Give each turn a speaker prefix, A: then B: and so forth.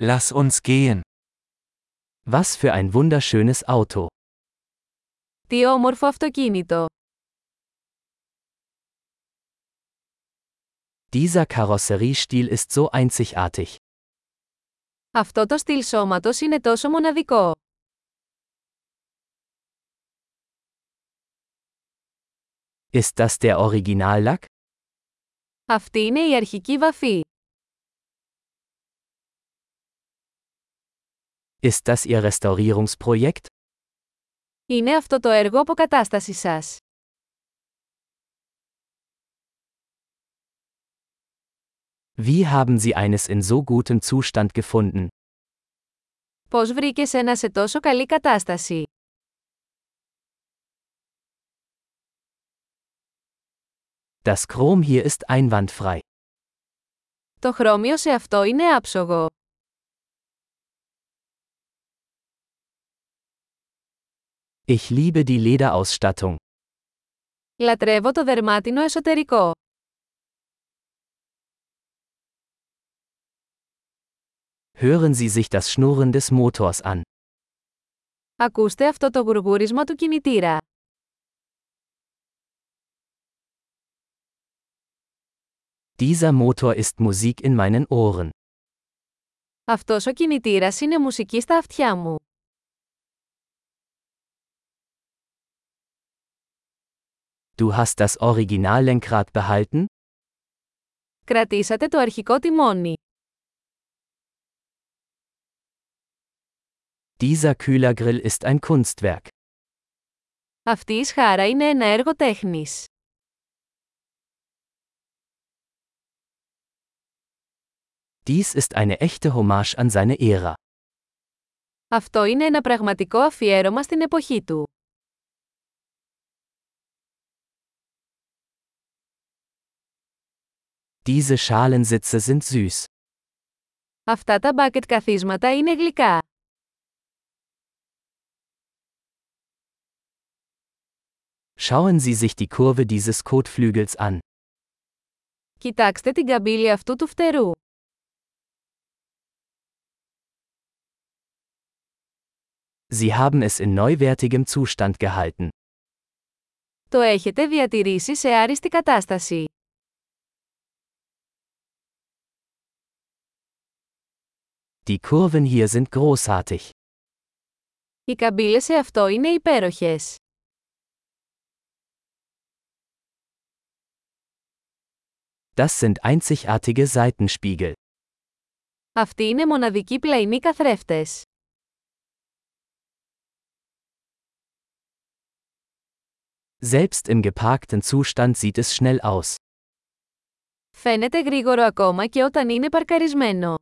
A: Lass uns gehen. Was für ein wunderschönes Auto.
B: Τι όμορφο αυτοκίνητο.
A: Dieser Karosseriestil ist so einzigartig.
B: Αυτό το στυλ σώματος είναι τόσο μοναδικό.
A: Ist das der Originallack?
B: Αυτή είναι η αρχική βαφή.
A: Ist das Ihr Restaurierungsprojekt?
B: Είναι αυτό το έργο αποκατάστασης σας.
A: Wie haben Sie eines in so gutem Zustand gefunden?
B: Πώς βρήκες ένα σε τόσο καλή κατάσταση.
A: Das Chrom hier ist einwandfrei.
B: Το χρώμιο σε αυτό είναι άψογο.
A: Ich liebe die Lederausstattung.
B: Λατρεύω το δερμάτινο εσωτερικό.
A: Hören Sie sich das Schnurren des Motors an.
B: Ακούστε αυτό το γουργούρισμα του κινητήρα.
A: Dieser Motor ist Musik in meinen Ohren.
B: Αυτός ο κινητήρας είναι μουσική στα αυτιά μου.
A: Du hast das Originallenkrad behalten?
B: Κρατήσατε το αρχικό τιμόνι.
A: Dieser Kühlergrill ist ein Kunstwerk.
B: Αυτή η σχάρα είναι ένα έργο τέχνης.
A: Dies ist eine echte Hommage an seine Ära.
B: Αυτό είναι ένα πραγματικό αφιέρωμα στην εποχή του.
A: Diese Schalensitze sind süß.
B: Αυτά τα μπάκετ καθίσματα είναι γλυκά.
A: Schauen Sie sich die Kurve dieses Kotflügels an.
B: Κοιτάξτε την καμπύλη αυτού του φτερού.
A: Sie haben es in neuwertigem Zustand gehalten.
B: Το έχετε διατηρήσει σε άριστη κατάσταση.
A: Die Kurven hier sind großartig.
B: Οι καμπύλες σε αυτό είναι υπέροχες.
A: Das sind einzigartige Seitenspiegel.
B: Αυτοί είναι μοναδικοί πλαϊνοί καθρέφτες.
A: Selbst im geparkten Zustand sieht es schnell aus.
B: Φαίνεται γρήγορο ακόμα και όταν είναι παρκαρισμένο.